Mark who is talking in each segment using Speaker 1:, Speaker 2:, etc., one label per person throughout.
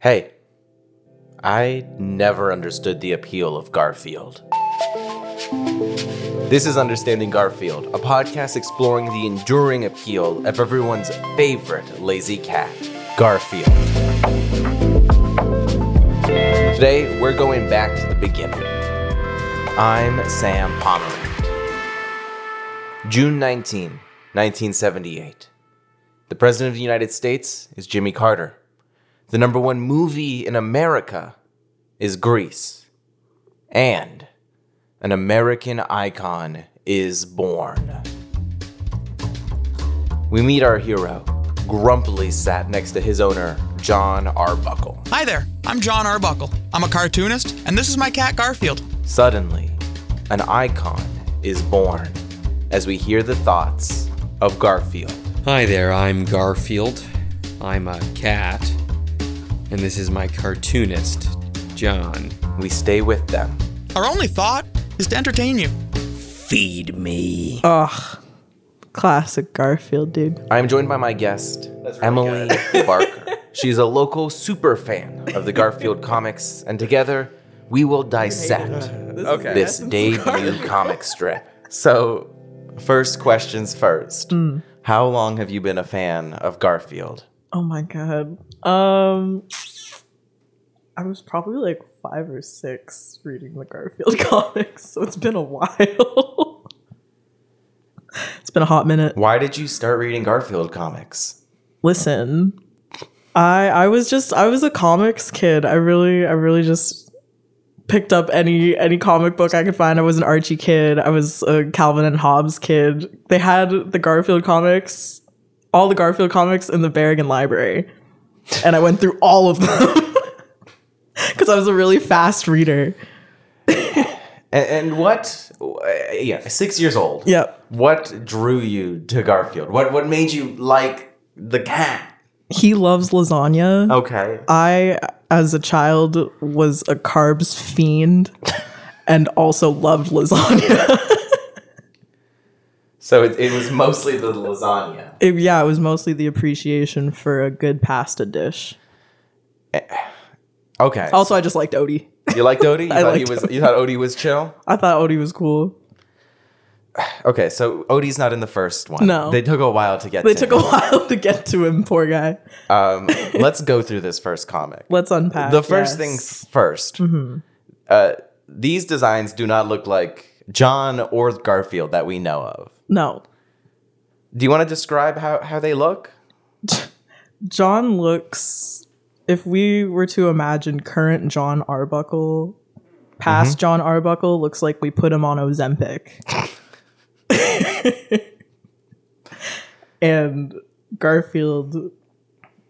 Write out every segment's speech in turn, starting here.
Speaker 1: Hey, I never understood the appeal of Garfield. This is Understanding Garfield, a podcast exploring the enduring appeal of everyone's favorite lazy cat, Garfield. Today, we're going back to the beginning. I'm Sam Pomerant. June 19, 1978. The President of the United States is Jimmy Carter. The number one movie in America is Grease. And an American icon is born. We meet our hero, grumpily sat next to his owner, John Arbuckle.
Speaker 2: Hi there, I'm John Arbuckle. I'm a cartoonist, and this is my cat Garfield.
Speaker 1: Suddenly, an icon is born as we hear the thoughts of Garfield.
Speaker 3: Hi there, I'm Garfield. I'm a cat. And this is my cartoonist, John.
Speaker 1: We stay with them.
Speaker 2: Our only thought is to entertain you.
Speaker 3: Feed me.
Speaker 4: Classic Garfield, dude.
Speaker 1: I'm joined by my guest, Emily Barker. She's a local super fan of the Garfield comics, and together we will dissect this debut comic strip. So, first questions first. How long have you been a fan of Garfield?
Speaker 4: Oh my god. Um, I was probably like five or six reading the Garfield comics, so it's been a while. it's been a hot minute.
Speaker 1: Why did you start reading Garfield comics?
Speaker 4: Listen, I I was just I was a comics kid. I really I really just picked up any any comic book I could find. I was an Archie kid. I was a Calvin and Hobbes kid. They had the Garfield comics, all the Garfield comics in the Berrigan library. And I went through all of them cuz I was a really fast reader.
Speaker 1: And, and what? Yeah, six years old.
Speaker 4: Yep.
Speaker 1: What drew you to Garfield? What What made you like the cat?
Speaker 4: He loves lasagna.
Speaker 1: Okay.
Speaker 4: I, as a child, was a carbs fiend and also loved lasagna.
Speaker 1: So it, it was mostly the lasagna.
Speaker 4: It- yeah, it was mostly the appreciation for a good pasta dish.
Speaker 1: Okay.
Speaker 4: Also, I just liked Odie.
Speaker 1: You liked Odie? You
Speaker 4: I
Speaker 1: thought he
Speaker 4: liked
Speaker 1: was you thought Odie was chill?
Speaker 4: I thought Odie was cool.
Speaker 1: Okay, so Odie's not in the first one.
Speaker 4: No.
Speaker 1: They took a while to get
Speaker 4: They
Speaker 1: to
Speaker 4: took a
Speaker 1: him.
Speaker 4: while to get to him, poor guy.
Speaker 1: um let's go through this first comic.
Speaker 4: Let's unpack.
Speaker 1: the first
Speaker 4: yes. Mm-hmm.
Speaker 1: things 1st Uh these designs do not look like John or Garfield that we know of.
Speaker 4: No.
Speaker 1: Do you want to describe how, how they look?
Speaker 4: John looks, if we were to imagine current John Arbuckle, past
Speaker 1: Mm-hmm.
Speaker 4: John Arbuckle looks like we put him on Ozempic. and Garfield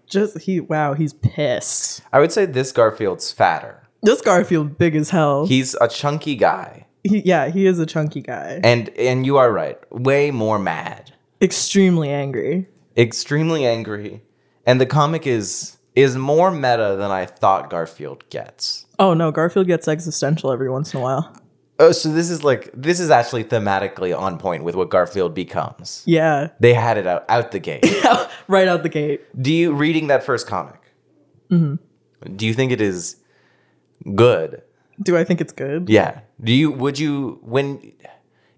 Speaker 4: just he wow, he's pissed.
Speaker 1: I would say this Garfield's fatter.
Speaker 4: This Garfield big as hell.
Speaker 1: He's a chunky guy.
Speaker 4: He- yeah, he is a chunky guy.
Speaker 1: And and you are right. Way more mad.
Speaker 4: Extremely angry.
Speaker 1: extremely angry and the comic is is more meta than i thought garfield gets
Speaker 4: Oh no, Garfield gets existential every once in a while.
Speaker 1: oh so this is like this is actually thematically on point with what garfield becomes
Speaker 4: Yeah,
Speaker 1: they had it out out the gate
Speaker 4: right out the gate.
Speaker 1: do you reading that first comic do you think it is good
Speaker 4: Do I think it's good?
Speaker 1: yeah do you would you when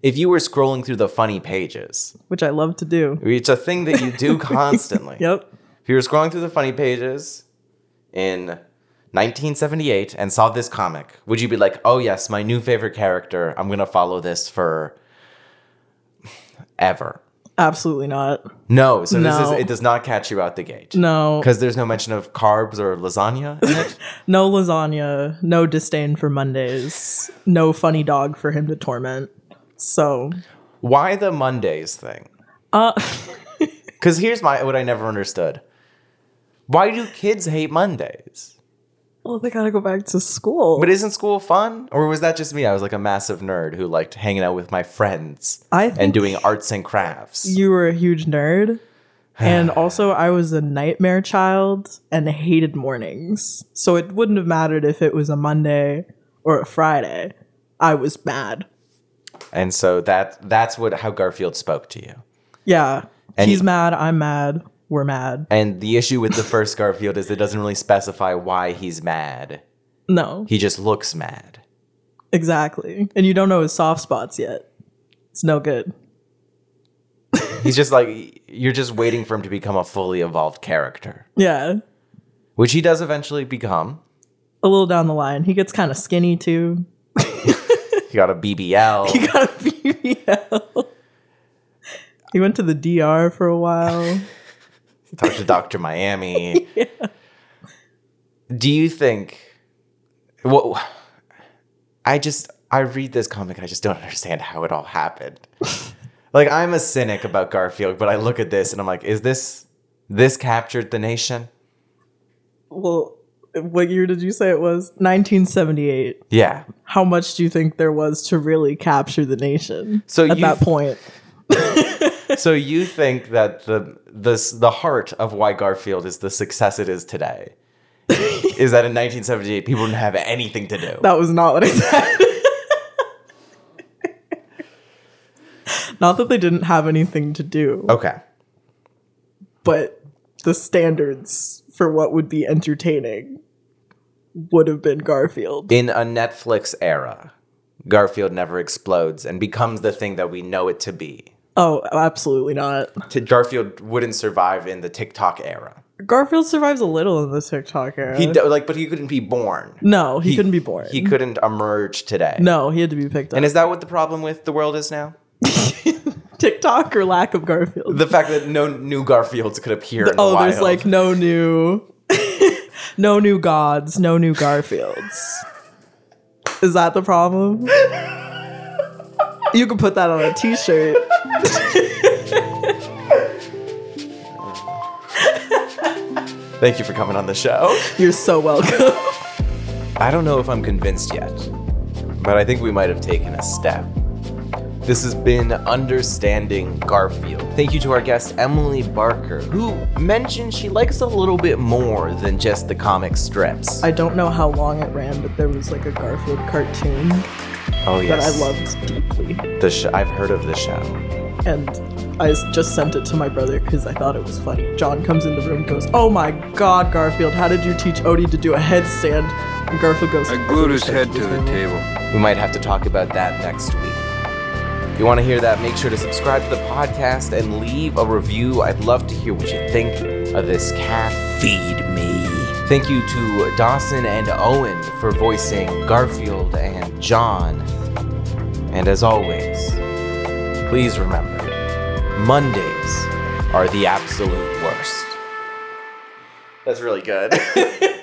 Speaker 1: if you were scrolling through the funny pages
Speaker 4: Which I love to do.
Speaker 1: it's a thing that you do constantly
Speaker 4: Yep.
Speaker 1: If you were scrolling through the funny pages in 1978 and saw this comic, would you be like, "Oh yes, my new favorite character. I'm gonna follow this for ever"?
Speaker 4: Absolutely not.
Speaker 1: No. So this
Speaker 4: No.
Speaker 1: is it. Does not catch you out the gate.
Speaker 4: No,
Speaker 1: Because there's no mention of carbs or lasagna in it.
Speaker 4: no lasagna, no disdain for Mondays, no funny dog for him to torment. So,
Speaker 1: Why the Mondays thing?
Speaker 4: uh,
Speaker 1: Because here's my what I never understood. Why do kids hate Mondays?
Speaker 4: well, they gotta go back to school.
Speaker 1: But isn't school fun? Or was that just me? I was like a massive nerd who liked hanging out with my friends
Speaker 4: I
Speaker 1: and
Speaker 4: think-
Speaker 1: doing arts and crafts.
Speaker 4: you were a huge nerd, and also I was a nightmare child and hated mornings. So it wouldn't have mattered if it was a Monday or a Friday. I was mad.
Speaker 1: And so that that's what how Garfield spoke to you.
Speaker 4: Yeah,
Speaker 1: And
Speaker 4: he's
Speaker 1: he-
Speaker 4: mad. I'm mad. were mad.
Speaker 1: And the issue with the first Garfield is it doesn't really specify why he's mad.
Speaker 4: No,
Speaker 1: He just looks mad.
Speaker 4: exactly. And you don't know his soft spots yet. It's no good.
Speaker 1: He's just like you're just waiting for him to become a fully evolved character,
Speaker 4: Yeah,
Speaker 1: which he does eventually become.
Speaker 4: a little down the line, he gets kind of skinny too.
Speaker 1: He got a BBL.
Speaker 4: He got a BBL. he went to the DR for a while.
Speaker 1: talked to Doctor Miami. Do you think? What? I just I read this comic and I just don't understand how it all happened. like I'm a cynic about Garfield, but I look at this and I'm like, is this this captured the nation?
Speaker 4: well, what year did you say it was? 1978.
Speaker 1: Yeah,
Speaker 4: How much do you think there was to really capture the nation
Speaker 1: So
Speaker 4: at
Speaker 1: you-
Speaker 4: that point?
Speaker 1: so you think that the this the heart of why Garfield is the success it is today is that in 1978 people didn't have anything to do.
Speaker 4: That was not what I said. not that they didn't have anything to do,
Speaker 1: Okay.
Speaker 4: but the standards for what would be entertaining would have been Garfield.
Speaker 1: In a Netflix era, Garfield never explodes and becomes the thing that we know it to be.
Speaker 4: Oh, absolutely not.
Speaker 1: T- Garfield wouldn't survive in the TikTok era.
Speaker 4: Garfield survives a little in the TikTok era.
Speaker 1: He d- like but he couldn't be born.
Speaker 4: no, he, couldn't be born.
Speaker 1: He couldn't emerge today.
Speaker 4: no, he had to be picked up.
Speaker 1: And is that what the problem with the world is now?
Speaker 4: TikTok or lack of Garfield.
Speaker 1: The fact that no new Garfields could appear in the
Speaker 4: oh,
Speaker 1: wild.
Speaker 4: there's like no new, no new gods, no new Garfields. Is that the problem? You could put that on a T-shirt.
Speaker 1: Thank you for coming on the show.
Speaker 4: You're so welcome.
Speaker 1: I don't know if I'm convinced yet, but I think we might have taken a step. This has been Understanding Garfield. Thank you to our guest, Emily Barker, who mentioned she likes a little bit more than just the comic strips.
Speaker 4: I don't know how long it ran, but there was like a Garfield cartoon
Speaker 1: oh,
Speaker 4: that
Speaker 1: yes.
Speaker 4: I loved deeply,
Speaker 1: The sh- I've heard of the show.
Speaker 4: and I s- just sent it to my brother because I thought it was funny. John comes in the room, goes, "Oh my God, Garfield! How did you teach Odie to do a headstand?" And Garfield goes,
Speaker 5: I glued his head to the table.
Speaker 1: We might have to talk about that next week. If you want to hear that, make sure to subscribe to the podcast and leave a review. I'd love to hear what you think of this cat. Feed me. Thank you to Dawson and Owen for voicing Garfield and John. And as always, please remember Mondays are the absolute worst. That's really good.